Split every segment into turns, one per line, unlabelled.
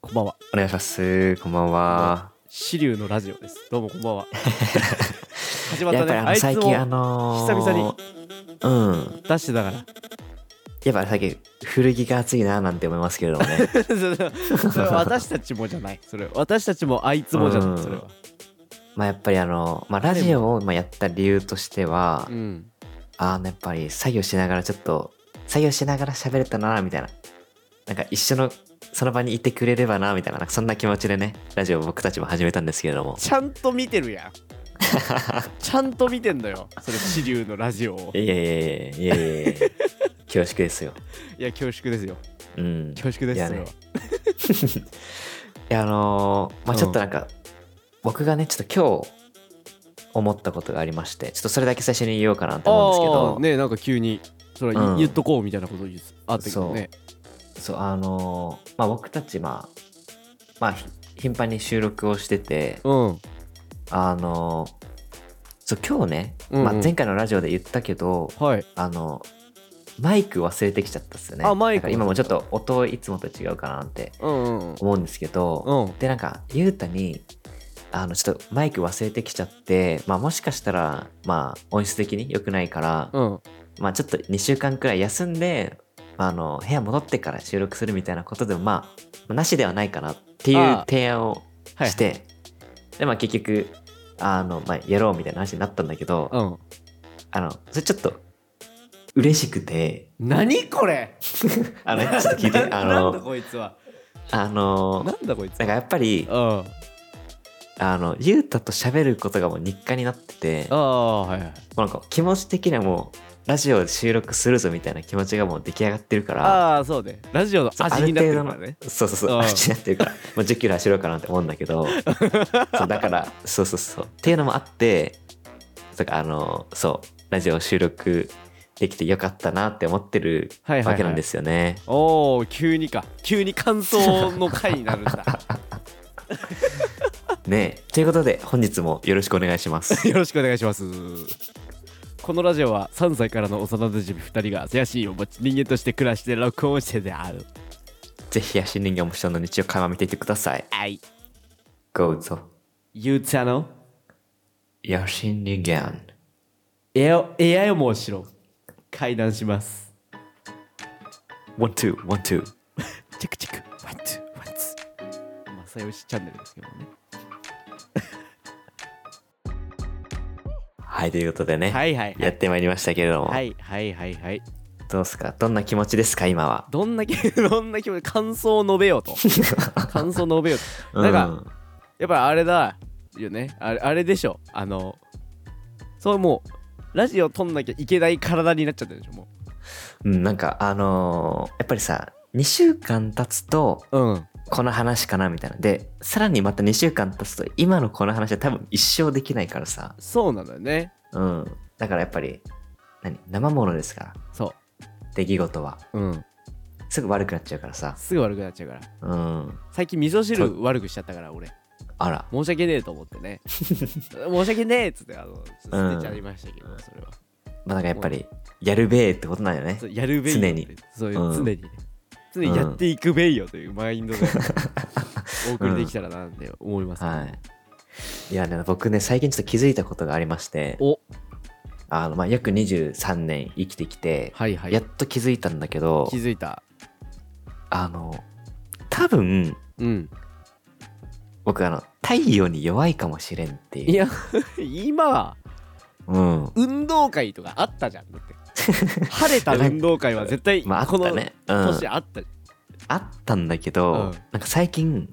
こんばんは。
お願いします。こんばんは。
支流のラジオです。どうもこん ばんは。始まっ
や
た
っぱ
ね。あ
りあの
いつ
最近
も
あのー、
久々
々に。うん。
ダッシュだ から。
やっぱ最近古着が熱いななんて思いますけれども ね。
それそれ私たちもじゃない。それ私たちもあいつもじゃ
う
なんい。それは。
まあやっぱりあの、まあラジオをまあやった理由としては
う、ん。
あのやっぱり作業しながらちょっと、作業しながら喋れたなみたいな。なんか一緒の、その場にいてくれればなみたいな、なんかそんな気持ちでね、ラジオを僕たちも始めたんですけれども。
ちゃんと見てるや ん。ちゃんと見てんだよ。それ支流のラジオを
い。やいやいやいやいやいや 恐縮ですよ。
いや恐縮ですよ。
うん。
恐縮で
い
す
や
それ
ね
は。
いやあのーま
う
あ
ん
ちょっとなんか、僕がねちょっと今日思ったことがありましてちょっとそれだけ最初に言おうかなと思
ああ
うんで
ねなんか急にそれ
うん
は言っとこうみたいなこと言うあったけどね。
すけどそうあのーまあ僕たちまあまあひ頻繁に収録をしてて
うん。
あのーそう今日ね、
うんうん
まあ、前回のラジオで言ったけど
はい。
あのマイク忘れてきちゃったっすよね
あマイク
だから今もちょっと音いつもと違うかなって
うんうん
思うんですけど、
うん。うん。
でなんかゆうたにあのちょっとマイク忘れてきちゃって、まあ、もしかしたら、まあ、音質的に良くないから、
うん。
まあ、ちょっと2週間くらい休んで、まあ、あの部屋戻ってから収録するみたいなことでもまあなしではないかなっていう
ああ
提案を
はい。
して、で、まあ、結局あの、まあ、やろうみたいな話になったんだけど、
うん。
あのそれちょっと嬉しくて
何これ。
あのちょっと聞いて
な
あ
んだ
の
こいつは。
あの
なんだこいつ
なんかやっぱり
あ
あのゆうたと喋ることがもう日課になってて。
ああはいはい
もうなんか気持ち的にはもうラジオで収録するぞみたいな気持ちがもう出来上がってるから
ああそうねラジオの
そう
味になってるからね
ある程度のそうそうそう
うん
味になってるからもう10キロ走ろうかなって思うんだ けどそうだからそうそうそうっていうのもあってだからあのそうラジオ収録できてよかったなって思ってる
はいはいはい
わけなんですよね、
おお急にか急に感想の回になるんだ
ねえということで本日もよろしくお願いしま す
よろしくお願いしますこのラジオは3歳からの幼馴染2人が怪しいを持ち人間として暮らして録音してである
ぜひ足人形も下の日をかま見ていてください
はい
どうぞ
ゆうちゃの
野心人間
エアエアよもうしろ会談します
ワンツーワンツー
チェクチェクワンツーワンツー正義チャンネルですけどね
はいということでね、
はいはいは
やっ
い
てまいりましたけれども、
はいはいはいはい
どうすかどんな気持ちですか今は
どんな気 どんな気持ち感想を述べよ うと感想を述べようとなんか、
うん
やっぱあれだよねあれあれでしょあのそうもうラジオ撮んなきゃいけない体になっちゃってるでしょも
うん、なんかあのーやっぱりさ2週間経つと
ううん
この話かなみたいなでさらにまた2週間経つと今のこの話は多分一生できないからさ
そうなのよね
うんだからやっぱり何生ものですから
そ
出来事は
ううん
すぐ悪くなっちゃうからさ
すぐ悪くなっちゃうから
うん
最近味噌汁悪くしちゃったから俺
あら
申し訳ねえと思って ね申し訳ねえっつってあの捨てちゃいましたけど、それは
まあなんかやっぱりやるべえってことなんよね
そうやるべいよって
常に
そういう
うん
常にね、常にやっていくべいよというマイン ドでお送りできたらなって思います、
はいいやね僕ね最近ちょっと気づいたことがありまして
お
あの、まあ、約23年生きてきて、
はいはい
やっと気づいたんだけど
気づいた
あの多分
うん
僕あの太陽に弱いかもしれんっていう
いや今は
うん
運動会とかあったじゃんだっ て晴れた運動会は絶対こ
まああった
の
ね、うん、
年あったじ
あったんだけど、
うん
なんか最近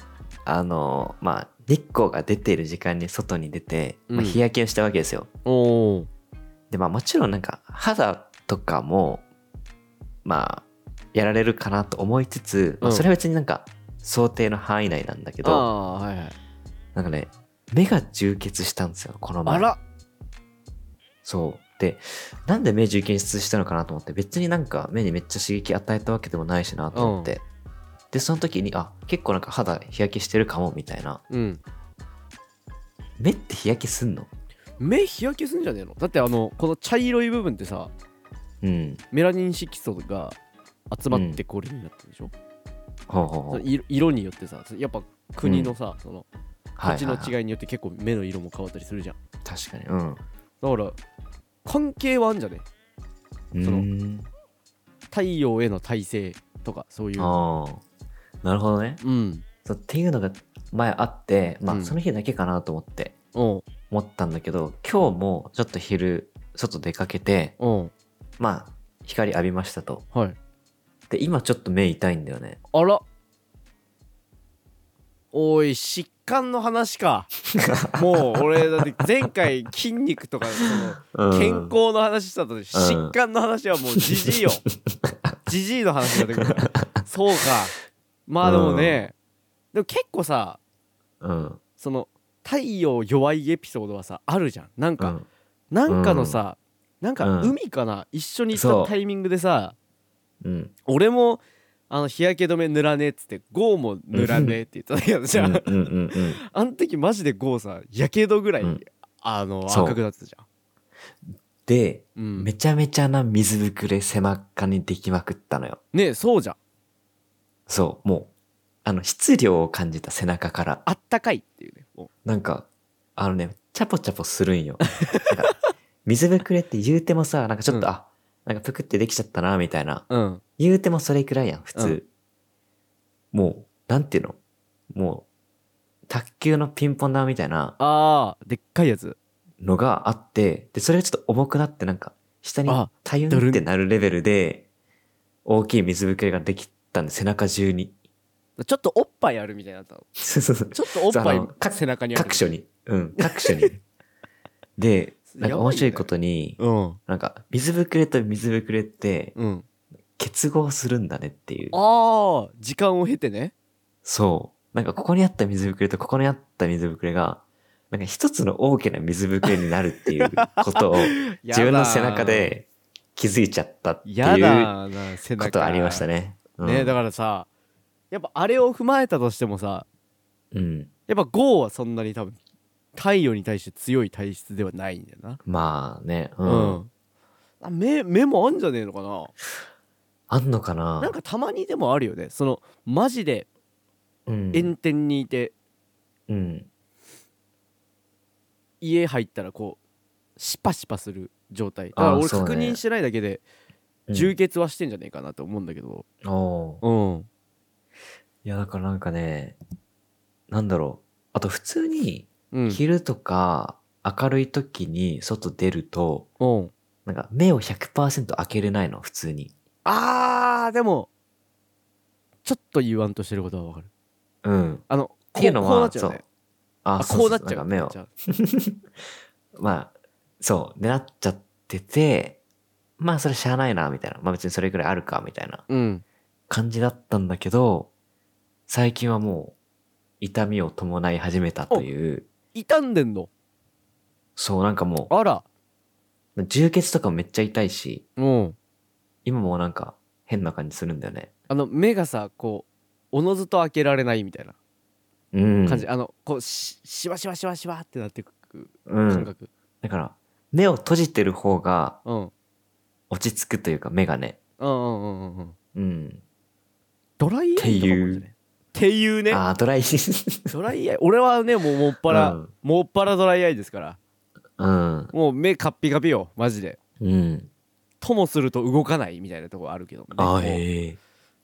あのまあ日光が出ている時間に外に出て、ま
う
あ、
ん
日焼けをしたわけですよ、
ゃんおお
でまあもちろんなんか肌とかもまあやられるかなと思いつつ、まあ
うん
それは別になんか想定の範囲内なんだけ
あ
ど、
あはいはい
なんかね目が充血したんですよこの前
あら
そうでなんで目充血したのかなと思って別になんか目にめっちゃ刺激与えたわけでもないしなと思って、でその時にあ結構なんか肌日焼けしてるかもみたいな
うん
目って日焼けすんの
目日焼けすんじゃねえのだってあのこの茶色い部分ってさ
うん
メラニン色素が集まってこれになってるでしょ、
ほうほうほ
そうの色色によってさやっぱ国のさ、その
は
土地
いは
の
いは
違
い
いによって結構目の色も変わったりするじゃん
確かにうん
だから関係はあんじゃねその
うーん
太陽への耐性とかそういう
ああなるほどね
うん
そうっていうのが前あってま
う
あ
ん
その日だけかなと思って
うん
思ったんだけど今日もちょっと昼外出かけて
うん
まあ光浴びましたと
はい
で今ちょっと目痛いんだよね
あらおい疾患の話 かもう俺だって前回筋肉とかその健
うん
康の話したとに疾患の話はもうじじいよじじいの話になってくるそうかまあでもね、でも結構さ
うん
その太陽弱いエピソードはさあるじゃんなん
う
か、
ん
なんかのさ、なんか
うん
海かな、一緒に
そ
行っ
う
たタイミングでさ
うん
俺もあの日焼け止め塗らねえっつってゴーも塗らねえって言ったやつじゃん、
うんうんうんうん
あの時マジでゴーさやけどぐらい、
うん
あの
そう
赤くなってたじゃ
で
ん、うん、
めちゃめちゃな水ぶくれ背中にできまくったのよ
ねえそうじゃん
そうもうあの質量を感じた背中から
あったかいっていうねも
なんかあのねチャポチャポするんよなんか水ぶくれって言うてもさなんかちょっと、
うん
あなんかぷくってできちゃったなみたいな
ううん
言うてもそれくらいやん普通、もうなんていうのもう卓球のピンポン玉みたいな
あーでっかいやつ
のがあってでそれがちょっと重くなってなんか下に
あ
タユ
ドル
ン
ン
ってなるレベルで大きい水ぶくれができたんで背中中に
ちょっとおっぱいあるみたいになったの
そうそうそう
ちょっとおっ
そう
ぱ
あ
い
のか
背中にある
各所にうん各所にでなんか面白いことに
うん
なんか水ぶくれと水ぶくれって
うん
結合するんだねっていう
ああ時間を経てね
そうなんかここにあった水ぶくれとここにあった水ぶくれがなんか一つの大きな水ぶくれになるっていうことを 自分の背中で気づいちゃったっていう
やだな背中
ことありましたね。うん
ねだからさやっぱあれを踏まえたとしてもさ
うん。
やっぱゴーはそんなに多分太陽に対して強い体質ではないんだよな
まあね、う。
うんん、あ目目もあんじゃねえのかな
あんのかな
なんかたまにでもあるよねそのマジで
うん。
炎天にいて、
うん。
家入ったらこうシパシパする状態だから
あー
俺
そうね
確認してないだけで充血はしてんじゃねえかなと思うんだけど
うんおー
うん
いや、だからなんかね、なんだろう。あと普通に、
うん
昼とか明るい時に外出ると、
うん
なんか目を100%開けれないの、普通に。
あーでもちょっと言わんとしてることはわかる
うん。っ
あの
ていうの
こうこうな
は
っ、ちゃうね
あ
あ
そ
こ
う
う
そ
な
う
っちゃう
なんか目
じ
を。
ゃあ
まあ、そう。で、なっちゃってて、まあそれしゃあないな、みたいな。まあ別にそれくらいあるか、みたいな。
うん
感じだったんだけど、最近はもう痛みを伴い始めたという、
傷んでんの
そうなんかも
あら
う、充血とかもめっちゃ痛いし、
うん
今もなんか変な感じするんだよね。
あの目がさこうおのずと開けられないみたいな
うん。
感じ、あのこうししわしわしわしわってなってく
う
感
ん。
覚
だから、目を閉じてる方が
うん、うん、
落ち着くというか、目がね。
うんうんうんうん
うん。
ドライアイとかもあるんじゃないっていうね
ああ、ドライ。
ドライアイ俺はねもうもっぱら、
うん
もっぱらドライアイですから
うん。
もう目カッピカピよマジで
うん。
ともすると動かないみたいなとこあるけどもね
ああ、
こう
へえ。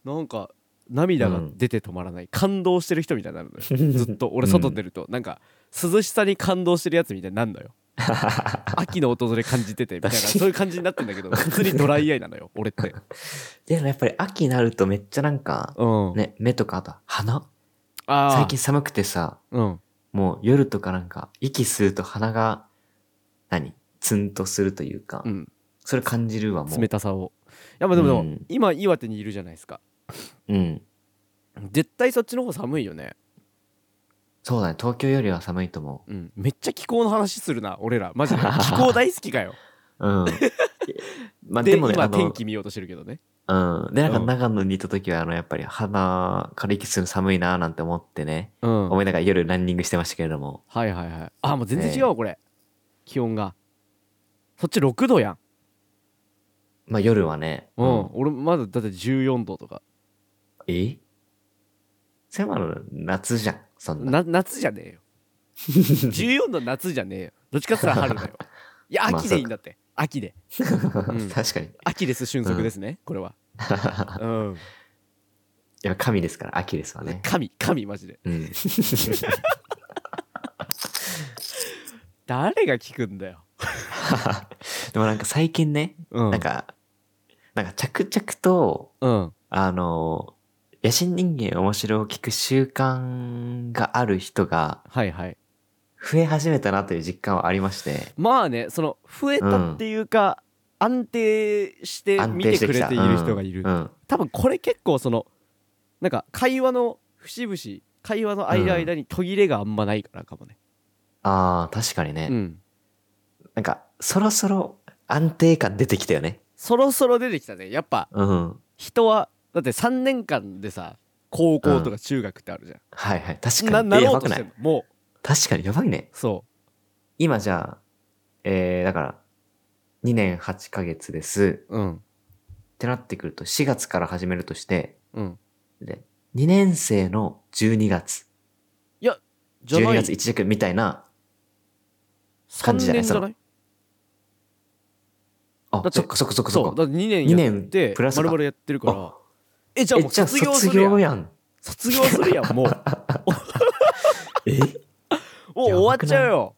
なんか涙が出て止まらない、感動してる人みたいになるのよずっと俺外出ると、なんか涼しさに感動してるやつみたいになるのよ 秋の訪れ感じててみたいな
確かに
そういう感じになってんだけ ど普通にドライアイなのよ俺って
でもやっぱり秋になるとめっちゃなんか、
うん、
ね、目とかあと鼻
あー
最近寒くてさ、
うん
もう夜とかなんか息吸うと鼻が何ツンとするというか、
うん
それ感じるわもう
冷たさをいやまあでもでも、
うん
今岩手にいるじゃないですか
うん
絶対そっちの方寒いよね
そうだね東京よりは寒いと思
うんめっちゃ気候の話するな俺らマジで気候大好きかよ
ううん まあ
で
でもねあ
今
の
天気見ようとしてるけどね
うんでなんか
うん
長野にいた時はあのやっぱり鼻から息するの寒いなーなんて思ってね、
うんは
思いながら夜ランニングしてましたけれども
いはいはいあもう全然違
ね
うわこれ気温がそっち6度やん
まあ夜はね
うん、俺まだだって14度とか
えそれもあの夏じゃんそんな
な夏じゃね えよ14度夏じゃねえよどっちかっつったら 春だよいや
まあ
秋でいいんだって秋でうん
確かにい
秋です瞬足ですね、これ は、うん、
や神ですから秋ですわね
神神マジで
うん
誰が聞くんだよ、
でもなんか最近ね
うん、
なんかなんか着々と
うん
あの野心人間面白を聞く習慣がある人が
はいはい
増え始めたなという実感はありまして
まあねその増えたっていうか、安定して
安
見
定
て
して
く
き
れ
た
ている人がいる、
うんうん
多分これ結構そのなんか会話の節々会話の間間に途切れがあんまないからかもね、
あー確かにね、
うん、
なんかそろそろ安定感出てきたよね
そろそろ出てきたねやっぱ
うん
人はだって3年間でさ高校とか中学ってあるじゃん、
はいはい確
な
かに
な
えや
ろ
ば
うとし
くな
て
い
んのもう
確かにやばいね
そ
今じゃあえー、だから2年8ヶ月です
ううん
ってなってくると4月から始めるとして
うん
で2年生の12月
じゃな
12
い
月1弱みたいな
3
感じじゃない
年じゃない
あ
だって
そっかそっかそっか
そ
そうっ
だ
か
って2年やっ
二
て
年プラスか
丸々やってるから
あ
えじゃあ
え
もう
じゃあ
卒業す
卒
るや
業
ん
やん
卒業するやんもう
え
もう終わっちゃうよ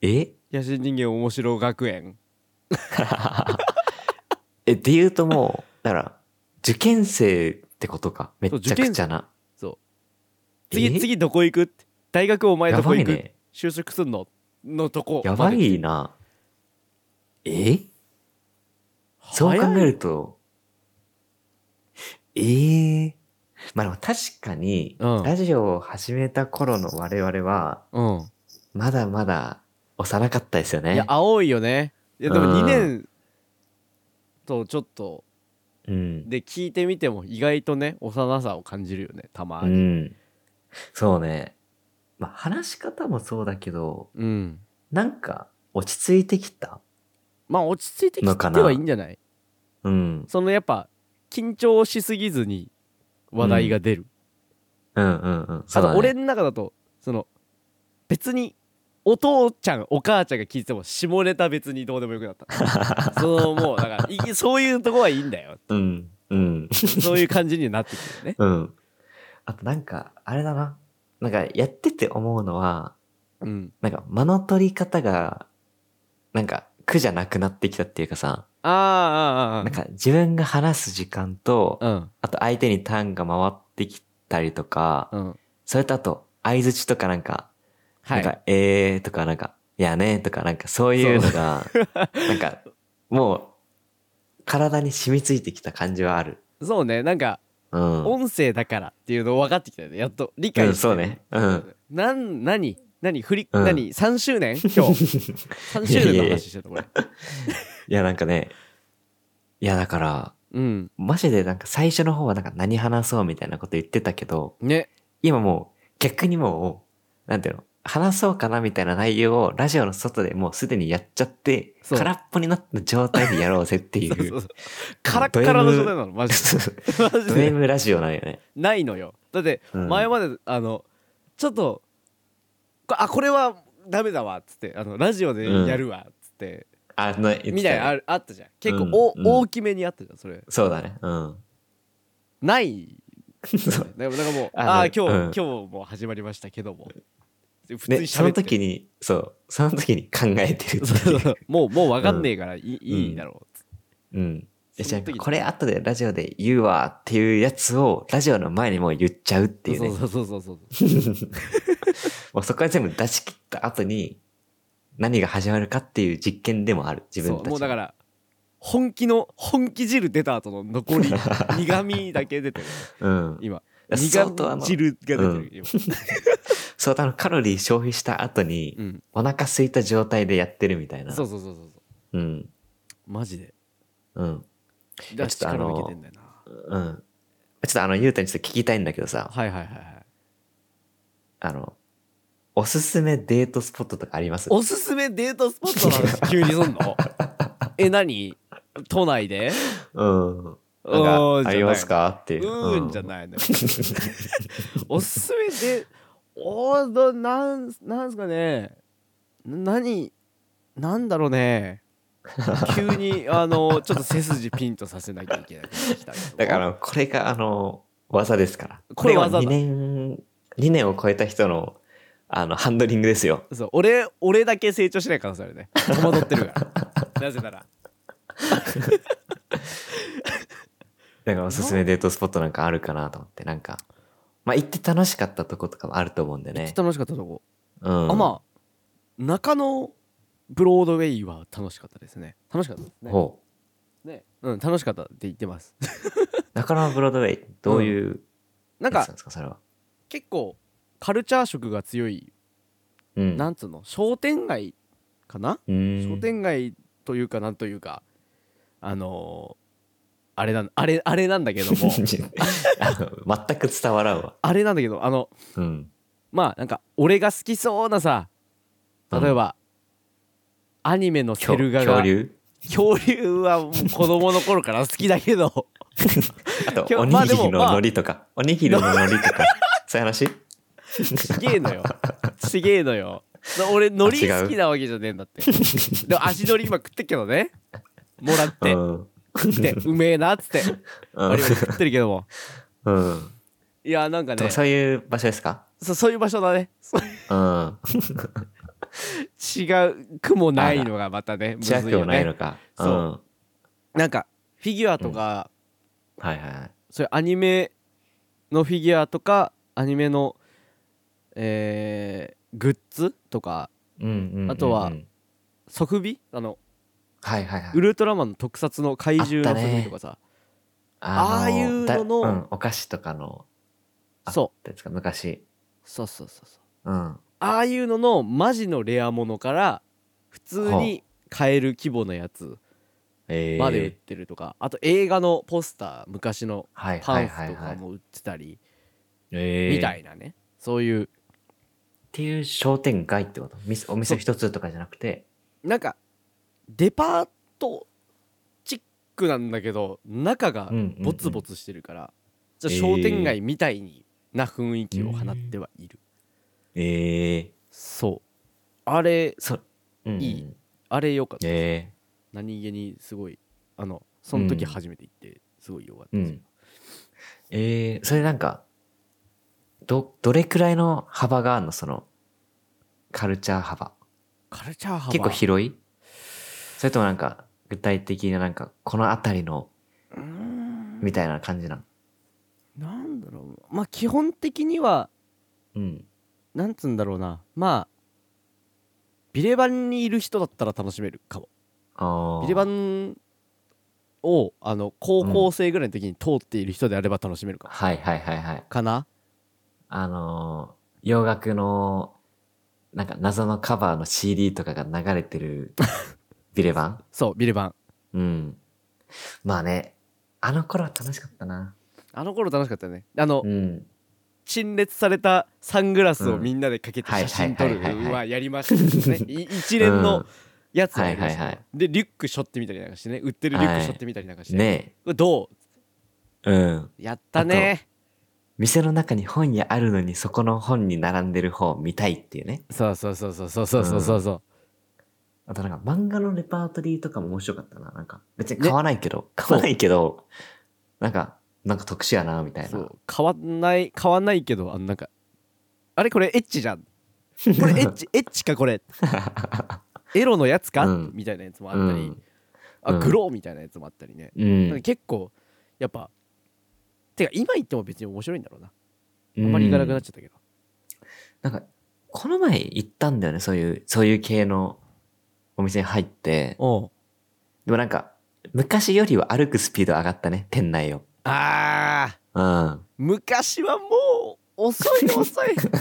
え
野心人間面白学園
えって言うともうだから受験生ってことかめっちゃくちゃな
そう
え
次次どこ行くって大学お前
や
どこ
ば
行
い
く、
ね
就職すんののとこ
やば
まで
いなえそう考
早い
えるとえー、まあでも確かに、
うん
ラジオを始めた頃の我々は
うん
まだまだ幼かったですよ
いや
ね
青いよねいやでも
うん
2年とちょっと
うん、
で聞いてみても意外とね幼さを感じるよねたま
う
に
ん、そうねまあ話し方もそうだけど
うん、
なんか落ち着いてきた
まあ落ち着いてき
のか
て
な
はいいんじゃない
うん
そのやっぱ緊張しすぎずに話題が出る、
うんうんうんそ
あ
うだ
と
ね
俺の中だとその別にお父ちゃんお母ちゃんが聞いてても下ネタ別にどうでもよくなった そのもうだからいそういうとこはいいんだよ
うんうん
そういう感じになってきてるね
うん。あとなんか、あれだな。なんかやってて思うのは、
うん
なんか間の取り方が、なんか苦じゃなくなってきたっていうかさ、
あああああ
なんか自分が話す時間と、
あ
あと相手にターンが回ってきたりとか、
うんうん
それとあと相づちとかなんか、
はい
なんか、えーとかなんか、いやねとかなんかそういうのが、なんかもう体に染みついてきた感じはある。
そうねなんか
うん。
音声だからっていうの分かってきたよねやっと理
う
解
ん
して、
そうね。うん。
なん何何振り、
うん
何3周年今 日3周年の話してたこれ
いや、なんかね、いや、だから、
うん
マジでなんか最初の方はなんか何話そうみたいなこと言ってたけど、
ね
今もう逆にもう、なんていうの、話そうかなみたいな内容をラジオの外でもうすでにやっちゃって、
そう
空っぽになった状態でやろうぜってい
そうそう
う。
そうカラッカラの状態なのマジ でマジ
ド
で
M ラジオなんよね。
ないのよだって
うん
前まで、あのちょっとこあこれはダメだわっつってあのラジオでやるわっつって、
あの、言ってたよ
みたいなのあるあったじゃん結構
うん
お、
うん
大きめにあったじゃんそれ
そうだね。 うん。
ない
そう
でもなんかもう
あ
あ
の
あー今日、
うん
今日も始まりましたけども普通
ね、
に
そ
喋
の
ってる
時に、そう、その時に考えてるって
そう
い
そうう。 もうもう分かんねえからいい,、
うん
いいだろう
うん。えじ
そ
ゃ
の時
あこれ後でラジオで言うわっていうやつをラジオの前にもう言っちゃうっていうね。
そうそうそうそうそう
もうそこから全部出し切った後に何が始まるかっていう実験でもある自分
そ
た
う
ち
もうだから本気の本気汁出た後の残り苦味だけ出てる
ら、うん、
今
相当
苦
あの
味汁が出てる今
相当あのカロリー消費した後に、
うん
お腹空いた状態でやってるみたいな
そうそうそうそうそう
うん
マジで
うん
だから
ちょっとあ
力
の
抜けてんだよな
うんちょっとあのゆうたにちょっと聞きたいんだけどさ
はいはいはいはい
あのおすすめデートスポットとかあります
おすすめデートスポ ットの話急にすんのえ何都内で
うんなん
うーんじゃな
かあ
い
りますかっていう。
うーんじゃ
い。
ないのよおすすめでおーどなんなんすかねな何なんだろう ね急にあのちょっと背筋ピンとさせなきゃいけない
だからこれがあの技ですから。
これ技だ
2年2年を超えた人のあのハンドリングですよ。
そう俺俺だけ成長しない可能性あるね戸惑ってるから なぜなら
だからおすすめデートスポットなんかあるかなと思ってなんかまあ行って楽しかったとことかもあると思うんでね。
楽しかったとこ、
うん、
あまあ中野ブロードウェイは楽しかったですね楽しかったですね
ほう
ねうん楽しかったって言ってます
中野ブロードウェイどういう
なん
や
か
つなんですかそれは。
結構カルチャー色が強い
うん、
なんつうの商店街かな、
うーん
商店街というかなんというかあのーあれなんあれあれなんだけど も
あの全く伝わらんわ。
あれなんだけどあの
うん、
まあなんか俺が好きそうなさ例えば、アニメのセ
恐
ルガが
恐竜
恐竜はもう子供の頃から好きだけ ど
あと
恐
おにぎ
まあでも
り
まあ
の海苔とか、おにぎりの海苔 とかそういう話
ちげえのよちげえのよな俺海苔
あ違う
好きなわけじゃねえんだってでも足海苔今食ってっけどねもらって
うん
食ってうめえなっつって
うん
俺も食ってるけども
うん
いやなんか
と
ね
かそういう場所ですか
そそういう場所だねそう
うん。
違うくもないのがまたねむず
近
い
く
よ
もないの
ね
か。
そう
うん。は
なんかフィギュアとか、
いはいはい。
そういうアニメのフィギュアとかアニメのえーグッズとか
うんうんうんうん
あとは即備あの
はいはいはい。
ウルトラマンの特撮の怪獣
あ
の
ったね
即備とかさ、
の
ああいうのの
だうんお菓子とかの、あ
そ
ですか、昔。
そうそうそうそう
うん。
ああいうののマジのレアものから普通に買える規模のやつ
えー
まで売ってるとか、あと映画のポスター昔の
はいは
パ
い
ンフ
はい
と
は
か
い。
も売ってたり
えー
みた
っ
いなねそういう
ていう商店街ってことみお店一つとかじゃなくて。
なんかデパートチックなんだけど中が
うんうんうん
ボツボツしてるから、じゃあ商店街みたいにな雰囲気を放ってはいる、
ええ。
そうあれ
そうんうん
いいあれよかった
え
何気にすごいあのその時
うん
初めて行ってすごいよかった
え。う
ですよ
ん。ええ、それなんか、ど、どれくらいの幅があるのその、カルチャー幅。
カルチャー幅
結構広いそれともなんか具体的ななんかこの辺りの
うーん
みたいな感じなん
なんだろうまあ基本的には
うん
なんつうんだろうなまあビレバンにいる人だったら楽しめるかも
ああ
ビレバンをあの高校生ぐらいの時に通っている人であれば楽しめるか,、
はいはいはいはい
かな
あのー洋楽のなんか謎のカバーの CD とかが流れて るビレバン
そうビレバン
うんまあねあの頃は楽しかったな
あの頃楽しかったよねあの、
うん
陳列されたサングラスを
うん
みんなでかけて
はい
写真撮る
はいはいはいはい
はやりました ねい一連のやつをやりました
はいはいはい
でリュック背負ってみたりなんかしてね売ってるリュック背負ってみたりなんかして、
ね
これどう
えうん
やったね
店の中に本屋あるのにそこの本に並んでる本見たいっていうね
そうそうそうそうそうそうそうそうそう
あとなんか漫画のレパートリーとかも面白かったな。なんか別に買わないけど、買わないけど、なんか、なんか特殊やな、みたい
そ
な。
う変わんない変わんないけどあのなんかあれこれエッチじゃんこれエッチエッチかこれエロのやつか、
うん
みたいなやつもあ
う
ったり、
ん。
あ
うん
グローみたいなやつもあったりね、
う
なんか
ん。
結構やっぱてか今言っても別に面白いんだろうな
あ
あんまり行かなくなっちゃったけど、
なんか、この前行ったんだよね、そういう、そういう系のお店に入って。
おう
でもなんか、昔よりは歩くスピード上がったね、店内を。
あー
うん。
昔はもう遅い遅い手が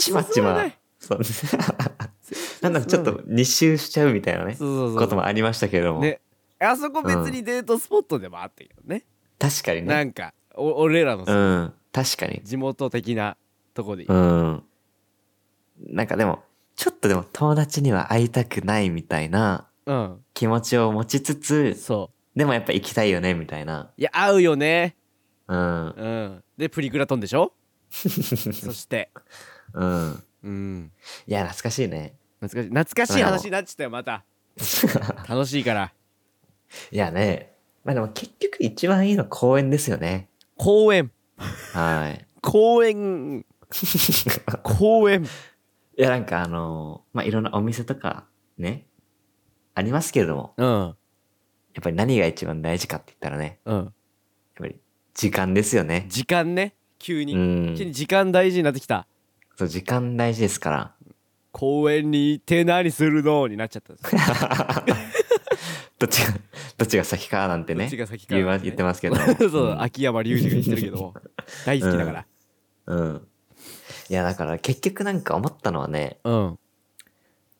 ち
進
ま
ま
ち
な
ま
い。
そう。 なんだかちょっと二周しちゃうみたいなね、
そうそう
こと
そう
もありましたけれども。
ねあそこ別にデートスポットでもあったけどね、
確かに
な
ね。
んかお俺らのさ
うん。確かに。
地元的なとこで言う
うん。なんかでも、ちょっとでも友達には会いたくないみたいな
うん、
気持ちを持ちつつ、
そ
でもやっぱ行きたいよねみたいな。
いや合うよね
うん。
うんでプリクラ飛んでし ょそして
うん。
うん
いや、懐かしいね。
懐かしい懐かしい話になっちゃったよまた楽しいから
いやね。まあでも結局一番いいのは公園ですよね。
公園
はい。
公園公園
いや、なんかあのーまあ、いろんなお店とかね、ありますけれども、
うん
やっぱり何が一番大事かって言ったらね、
うん
やっぱり時間ですよね。
時間ね急に、
うん
急に時間大事になってきた
そう、時間大事ですから。
公園に行って何するのになっちゃったんですよ
どっちが、どっちが先かなんて
ど
ね、
っちが先か
言いま言ってますけども。
そう秋山隆二が言ってるけど大好きだから
うん。いや、だから結局なんか思ったのはね、
うん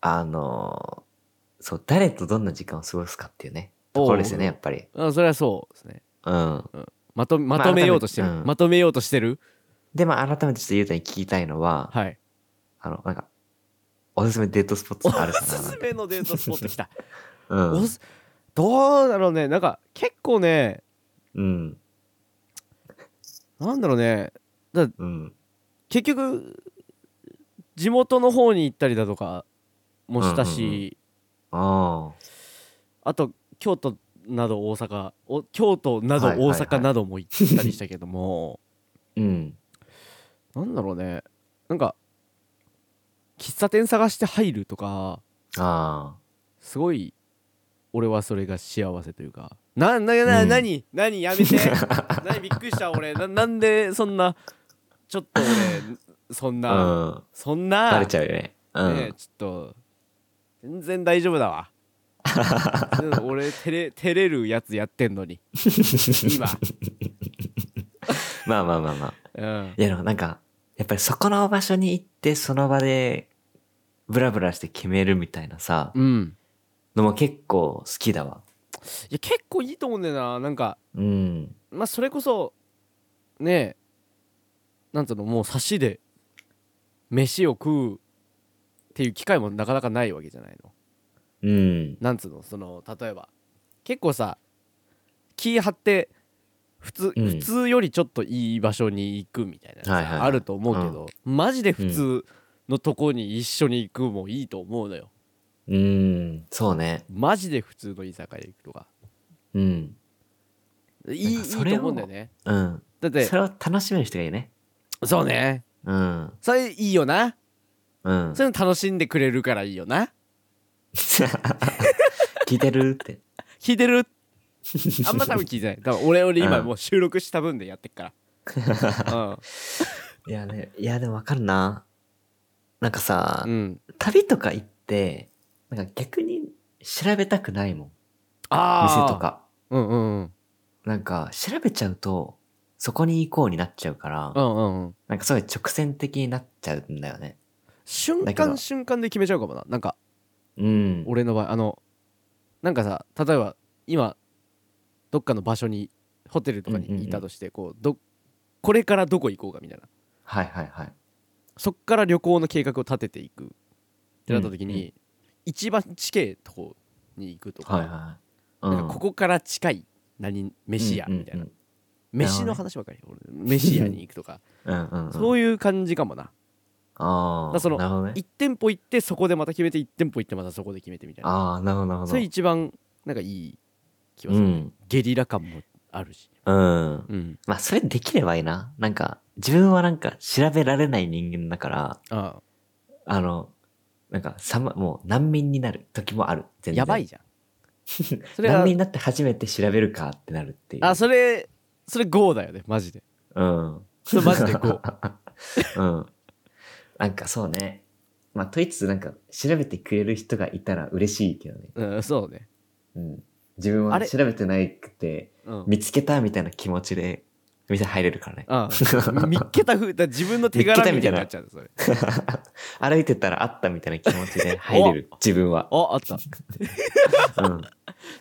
あのーそう、誰とどんな時間を過ごすかっていうね、ところですよね、
おう
やっぱり。
あそれはそうですね
うん。
まとまとめようとしてる、
まあ改めてうん
まとめようとしてる
で、まあ、改めてちょっとゆうたに聞きたいのは、
はい
あの、なんか、おすすめデートスポットあるか
お
な
す
なん
す
て
めのデートスポットきた、
う
お
ん。
すどうだろうねなんか結構ね
うん。
なんだろうね
うん。
結局地元の方に行ったりだとかもしたし、
うんうんうあ
あと京都など大阪お京都など
はいはい
大
はい
阪なども行ったりしたけども、
あ。うん。
なんだろうねなんか喫茶店探して入るとか
あ
すごい俺はそれが幸せというかななな、
うん
何何やめ て何びっくりした俺ななんでそんなちょっと俺そん
あ。
な、
うん。
そんな
バレちゃうよね。う
ねえ
ん。
ちょっと全然大丈夫だ わうん俺照れ照れるやつやってんのに今、
まあまあまあまあ。
うん、
いや、でもなんか、やっぱりそこの場所に行って、その場で、ブラブラして決めるみたいなさ、
うん
のも結構好きだわ。
いや結構いいと思うんだよななんか
うん。
まあそれこそねえなんつうのもう差しで飯を食うっていう機会もなかなかないわけじゃないの
うん。
なんつうのその例えば結構さ気張って普通,、
うん
普通よりちょっといい場所に行くみたいなさ、
はいはいはい
あると思うけど、マジで普通のとこに一緒に行くもいいと思うのよ
うん。そうね。
マジで普通の居酒屋行くとか
うん。
いい
なん
い
か
い
そ
と
れを
思うんだよね
うん。
だって
それを楽しめる人がいいね。
そうね
うん。
それいいよな
うん。
そういうの楽しんでくれるからいいよな
聞いてるって。
聞いてるあんま多分聞いて ない多分俺俺今もう収録した分でやってっから
いやね、いやでもわかるな。なんかさ、
うん、うん、
旅とか行って、なんか逆に調べたくないもん。
ああ
店とか。
うんうんうん
なんか調べちゃうと、そこに行こうになっちゃうから、
うんうんうん
なんかすごい直線的になっちゃうんだよね。
瞬
だけど
間瞬間で決めちゃうかもななんか
うん。
俺の場合あのなんかさ例えば今どっかの場所にホテルとか
うんうんう
にい
ん
たとして、こうどこれからどこ行こうかみたいな
はいはいはい。
そっから旅行の計画を立てていくってなった時に、
うん
一番近いとこに行くとか,、
はいはい。
なんかここから近い何飯屋みたいな、
うん
飯の話ばかり俺飯屋に行くとか
うん うん。うんうんうん
そういう感じかもな
あ
だか
あ。
らその
なるほどね。
1店舗行ってそこでまた決めて1店舗行ってまたそこで決めてみたいな
ああ、なるほどなるほ
そ
ど
れ。一番なんかいい気は
う
する、
ん。
ゲリラ感もあるし、
うん。
うん、
まあ、それできればいいな。なんか、自分はなんか調べられない人間だから、
あ
あの、なんか、さま、もう難民になる時もある。全然
やばい。じ ゃんそれ
難
は
民になって初めて調べるかってなるっていう。
あそれそれ GO だよねマジで
うん。
それマジで GO
うん。なんかそうね。まあ、といつつなんか、調べてくれる人がいたら嬉しいけどね。
うんそうね
うん。自分
あ
は
れ
調べてないくて、
うん
見つけたみたいな気持ちで、店入れるからね。
ああ見っけたふうだから自分の手柄みたいになっちゃうそれ
歩いてたらあったみたいな気持ちで入れる、自分は。
ああった
うん。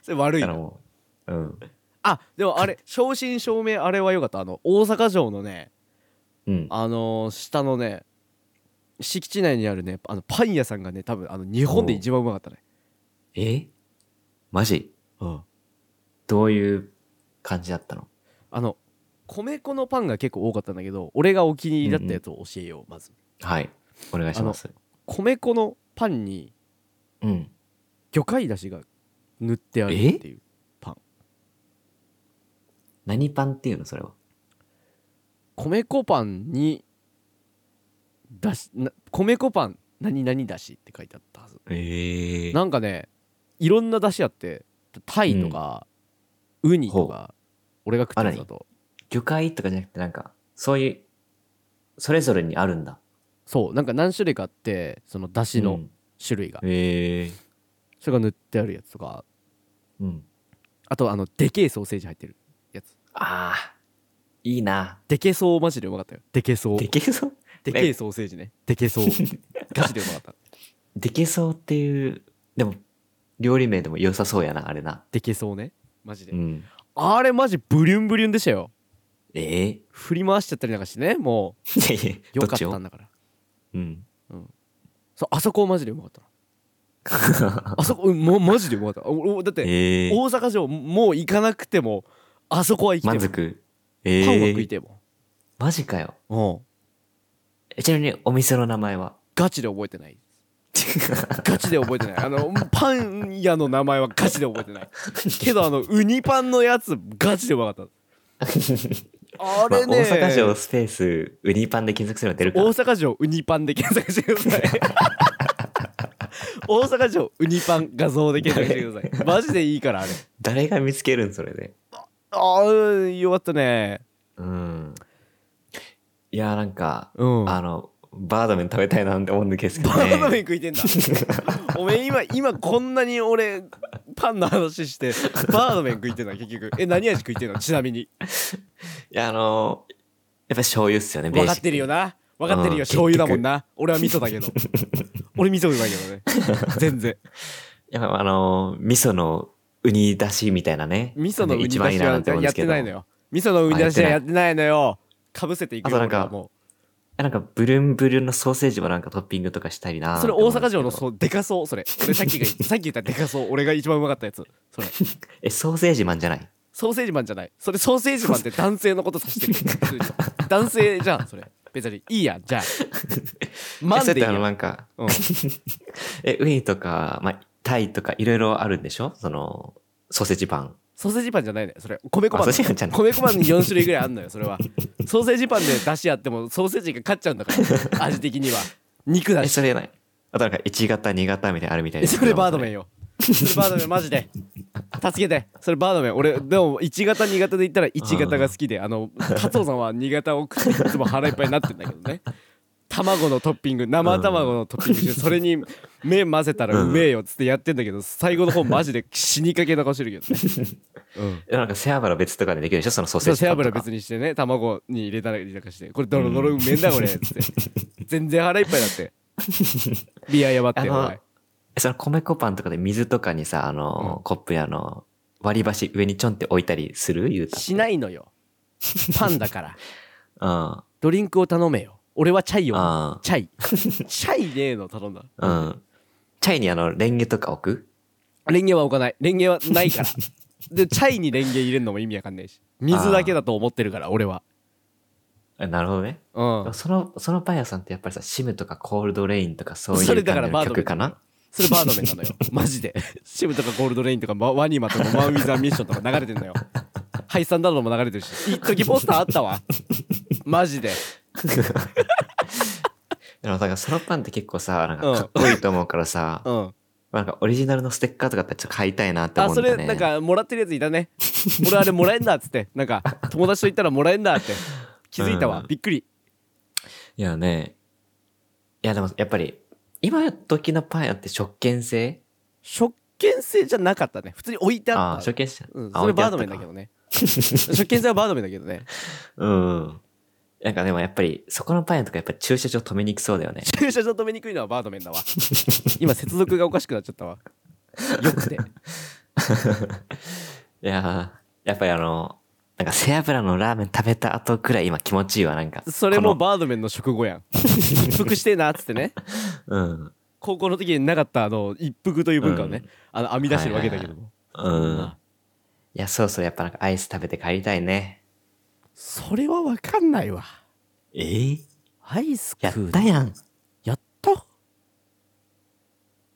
それ 悪い
だ
な
からもう、うん。
あでもあれ正真正銘あれは良かったあの大阪城のね
うん。
あのー下のね敷地内にあるねあのパン屋さんがね多分あの日本で一番うまかったね
えマジ
うん
どういう感じだったの
あの米粉のパンが結構多かったんだけど俺がお気に入りだったやつを教えよう、まず
はい。お願いします。
米粉のパンに
うん。
魚介だしが塗ってあるっていう
何パンっていうのそれは。
米粉パンにだしな米粉パン何々だしって書いてあったはず
ええ
なんかねいろんな出汁あってタイとか、ウニとか俺が食ったやつだと
魚介とかじゃなくてなんか、そういう、それぞれにあるんだ。
そうなんか何種類かあってその出汁
う
の
ん
種類が、
ええ
それが塗ってあるやつとか
うん。
あとあのでけえソーセージ入ってるやつ
ああ、いいな。
でけそうマジでうまかったよでけそう
でけそう。
でけえソーセージねでけそうガチでうまかった
でけそうっていう、でも、料理名でも良さそうやな、あれな。
でけそうねマジで、
うん。
あれマジブリュンブリュンでしたよ
ええ
振り回しちゃったりなんかしてねも
いやいうや、
よ
ど
か
っ
っ
ち
た
を
んだから
うん。
そうあそこマジでうまかったな あそこうんもうマジでうまかったおおだって
ええ
大阪城もう行かなくてもあそこは行きて
満
も
足。
パ
え
ンは
え
食いても、
マジかよ。
うん
えちなみにお店の名前 は
ガチで覚えてないガチで覚えてないあのパン屋の名前はガチで覚えて ないけどあのウニパンのやつガチでうまかったあ
まあ
れね、
大阪城スペースウニパンで検索すれば出るか
大
ら
阪城ウニパンで検索してください大阪城ウニパン画像で検索してくだ さいマジでいいからあれ
誰が見つけるんそれで
ああよかったね
うんいやーなんか、
うん
あのバードメン食べたいなって思うんですけど
バ
ね
ナナ麺食い てんだおめえ今今こんなに俺パンの話してバーナメン食いてんだ結局え何味食いてんのちなみに
いやあのーやっぱ醤油っすよね
分かってるよ
な
な分かってる
うん
よ醤油だもんな俺は味噌だ けど俺味噌うまいけどね全然
やっぱあのー味噌のウニだしみたいなね
味噌のウニ
一
出
番いい
し
なな
は
んて思うんで
やっ
すけ
て
ど
ないのよ味噌のウニ出しはやってないのよかぶせていくよ
あとなんか
俺はも
なんかブルンブルンのソーセージもなんかトッピングとかしたり
う
な
それ大阪城の
ソ
そうでかそうそれ俺さっきがさっき言ったでかそう俺が一番うまかったやつそれ
えソーセージマンじゃない
ソーセージマンじゃないそれソーセージマンって男性のこと指して る普通に男性じゃんそれ別にいいやんじゃあマンでいいや
えそれってあの
ん
なんか、
うん
えウニとか、まあ、タイとかいろいろあるんでしょそのソーセージパン
ソーセージパンじゃないねそれ米粉パン
あソーセージパンじゃない
米粉パンに4種類ぐらいあんのよそれはソーセージパンで出汁やってもソーセージが勝っちゃうんだ から味的には肉だ
え
し
それないあとなんか1型2型みたいなのあるみたい
え
な
それバードメン
ン
よそれバードメンマジで助けてそれバードメン俺でも1型2型で言ったら1型が好きであの加藤さんは2型を食っていつも腹いっぱいになってんだけど ね卵のトッピング生卵のトッピングしてそれに麺混ぜたらうめえよっつってやってんだけど最後の方マジで死にかけな顔してるけどね、 うん、
なんか背脂別とかでできるでしょそのソーセ
そ
ー
う
ジ
背
パンとか
脂別にしてね卵に入れたりなんかしてこれドロドロうめえんだこれっ つって全然腹いっぱいだ ってビアやばっ
あ
てお
の
前
えその米粉パンとかで水とかにさあの、コップやあの割り箸上にちょんって置いたりする言うた
しないのよパンだから
うん
ドリンクを頼めよ俺はチャイを
あ
チャイチャイねえの頼んだ
ーうんチャイにあのレンゲとか置く
レンゲは置かないレンゲはないからでチャイにレンゲ入れるのも意味わかんないし水だけだと思ってるから俺は
あなるほどね
うん
そのそのパン屋さんってやっぱりさシムとかコールドレインとかそういう
そ
感
れ
じ
だから
の
バ
曲か
ードメン
な
それバードメンなのよ マジでシムとかゴールドレインとかマワニーマとかマン・ウィザー・ミッションとか流れてんのよハイサンダードも流れてるし一時ポスターあった わマジで
でもだからそのパンって結構さなんかかっこいいと思うからさ、
うん
なんかオリジナルのステッカーとかってちょっと買いたいなって
あ
思う
そ
んだ
れ
よね
なんかもらってるやついたね俺あれもらえんだっつ ってなんか友達と行ったらもらえんだって気づいたわ、
うん
びっくり
いやねいやでもやっぱり今時のパン屋って食券制
食券制じゃなかったね普通に置いてあっ
ああ
た
食券制
うん、
あ
それバード
置
メ
い
ン
てあ
だ
っ
け
たか
どね食券制はバードメンだけどね
うんうんなんかでもやっぱりそこのパン屋とかやっぱり駐車場止めにくそうだよね
駐車場止めにくいのはバードメンだ わ今接続がおかしくなっちゃったわよくて
いやーやっぱりあのなんか背脂のラーメン食べた後くらい今気持ちいいわなんか
それも
こ
バードメンの食後やん一服してえなっつってね
の
高校の時になかったあの一服という文化をね、
う
あの編み出してるわけだけども、
うんうんいいや、そろそろやっぱなんかアイス食べて帰りたいね。
それは分かんないわ
えー、
アイス
や
食
っ
う
たやん。
やった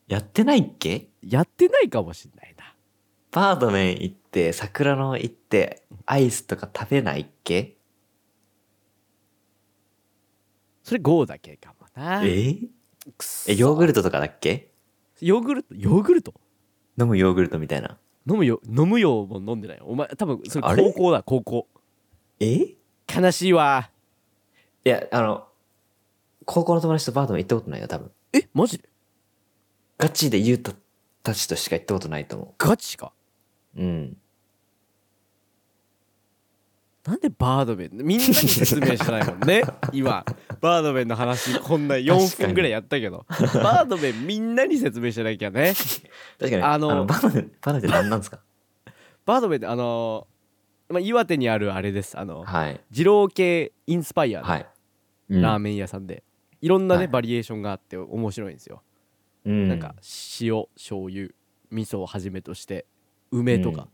やってないっけ
やってないかもしんないな
バードメン行って、桜の行って、アイスとか食べないっけ
それ GO だけかもな
ー
くっそ
え、ヨーグルトとかだっけ
ヨーグルトヨーグルト
飲むヨーグルトみたいな。
飲むよ飲むよも飲んでないよお前多分そ
あ
れ
れ
高校だ高校
えい
悲しいわ
や、あの、高校の友達とバードメン行ったことないよ、多分。
えマジで
ガチでユータたちとしか行ったことないと思
ガチか
う。うん。
なんでバードメンみんなに説明してないもん ね今バードメンの話こんな4分ぐらいやったけどバードメンみんなに説明してなきゃね
確かに、
あ
あ
の
の、バードメン、バードメンって何なんですか
バードメンってあのーまあ、岩手にあるあれですあの
はい。
二郎系インスパイアの
はい。
ラーメ
メ
ン屋さんで、いろんなね、
はい
バリエーションがあって面白いんですよ、
ン、うん、
なんか塩醤油味噌をはじめとして梅とか、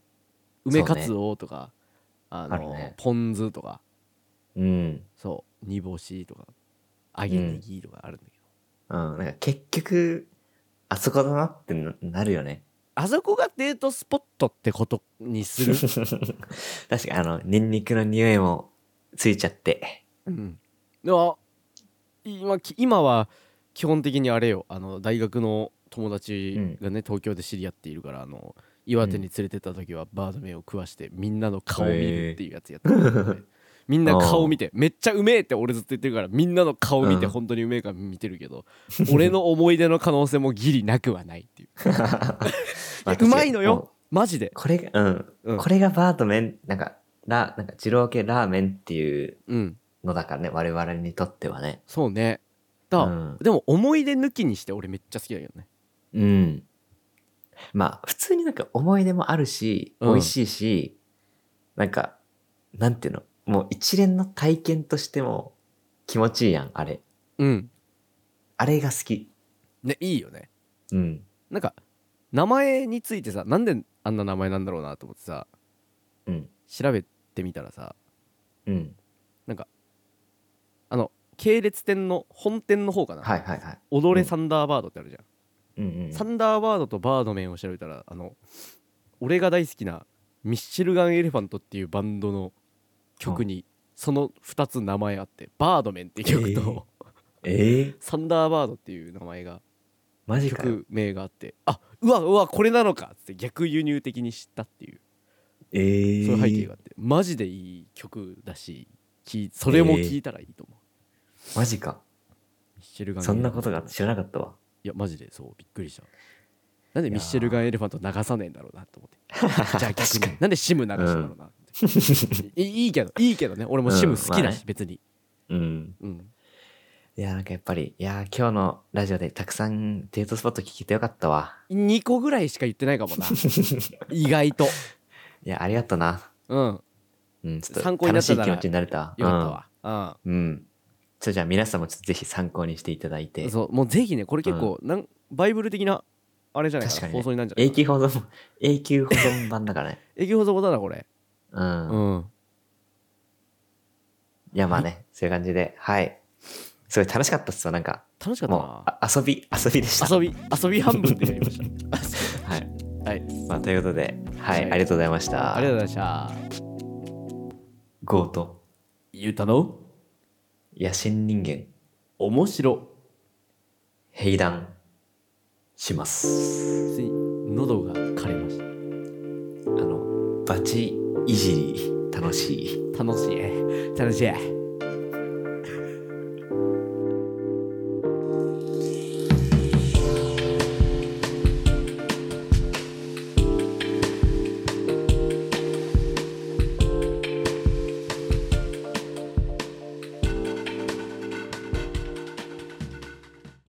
梅かつおとか、あ
あ
の
るね
ポン酢とか
うん。
そう煮干しとか揚げネギとかあるんだけど、
うん、なんか結局、あそこだなってななるよね。
あそこがデートスポットってことにする、
確かに、あの、ニンニクの匂いもついちゃって。
うん、でも今き今は基本的にあれよあの大学の友達がね、東京で知り合っているからあの岩手に連れてった時はバードメイを食わしてみんなの顔を見るっていうやつやってたので みんな顔見てめっちゃうめえって俺ずっと言ってるからみんなの顔見て
うん
本当にうめえから見てるけど俺の思い出の可能性もギリなくはないっていう
まあ
うまいの。
確かにも
よ
う
マジで
これが、うん、
うん
これがバードメン、なんか、ラ、なんか、二郎系ラーメンっていう
うん
のだからね、我々にとってはね。
そうねだ、
うん
でも思い出抜きにして俺めっちゃ好きだけどね
うん。まあ、普通になんか思い出もあるし、
うん
美味しいし、なんか、なんていうの、もう一連の体験としても気持ちいいやん、あれ。
うん
あれが好き。
ねいいよね
うん。
なんか名前についてさなんであんな名前なんだろうなと思ってさ
うん。
調べてみたらさ
うん。
あの系列店の本店の方かな、
はいはいはい。
踊れサンダーバードってあるじゃん、
うんうん。
サンダーバードとバードメンを調べたらあの俺が大好きなミッシェルガン・エレファントっていうバンドの曲にその2つ名前あってバードメンっていう曲と、
ええ
サンダーバードっていう名前が
マジかよ。
曲名があってあうわうわこれなのかっつって逆輸入的に知ったっていう
え
そうい
ー
う背景があって、マジでいい曲だし聞いそれも聞いたらいいと思う、
マジか。
ミッシェルガン
そんなことが知らなかったわ。
いやマジでそうびっくりしたなんでミッシェルガン・エレファント流さねえんだろうなと思ってじゃあ逆
確か
に
に。
なんでシム流したんだろうなって、いいいけどいいけどね俺もシム好き
うんま
だ
あ
し、
ね
別に
うん。
うん
いや、なんかやっぱり、いやー、今日のラジオでたくさんデートスポット聞けてよかっ たわ。
2個ぐらいしか言ってないかもな意外と
いや、ありがとな。
うんよ
うん、ちょっ
参
と
考になっ
楽し
た
い
なら
気持ちになれたわ。
かったわうん
うん。うん。ちょ、じゃあ皆さんもちょっとぜひ参考にしていただいて。
そうもうぜひねこれ結構、なんバイブル的なあれじゃないかな
確かにね
放送になるんじゃない
永
かな
久保存、永久保存版だからね。
永久保存法だなこれ
う
う
ん。い
ん
や、まあね、そういう感じで、はい。すごい楽しかったっすわ、なんか。
楽しかっ
もう
た
あ遊び、遊びでした。
な遊び遊び半分でやりました
はい。
はい
まあ、ということで、はい、
はい
ありがとうございました。
ありがとうございました
ゴート、
ゆうたの
野心人間、
面白
閉壇します。
つい喉が枯れまし
あの、バチいじり、楽しい。
た楽しい楽しい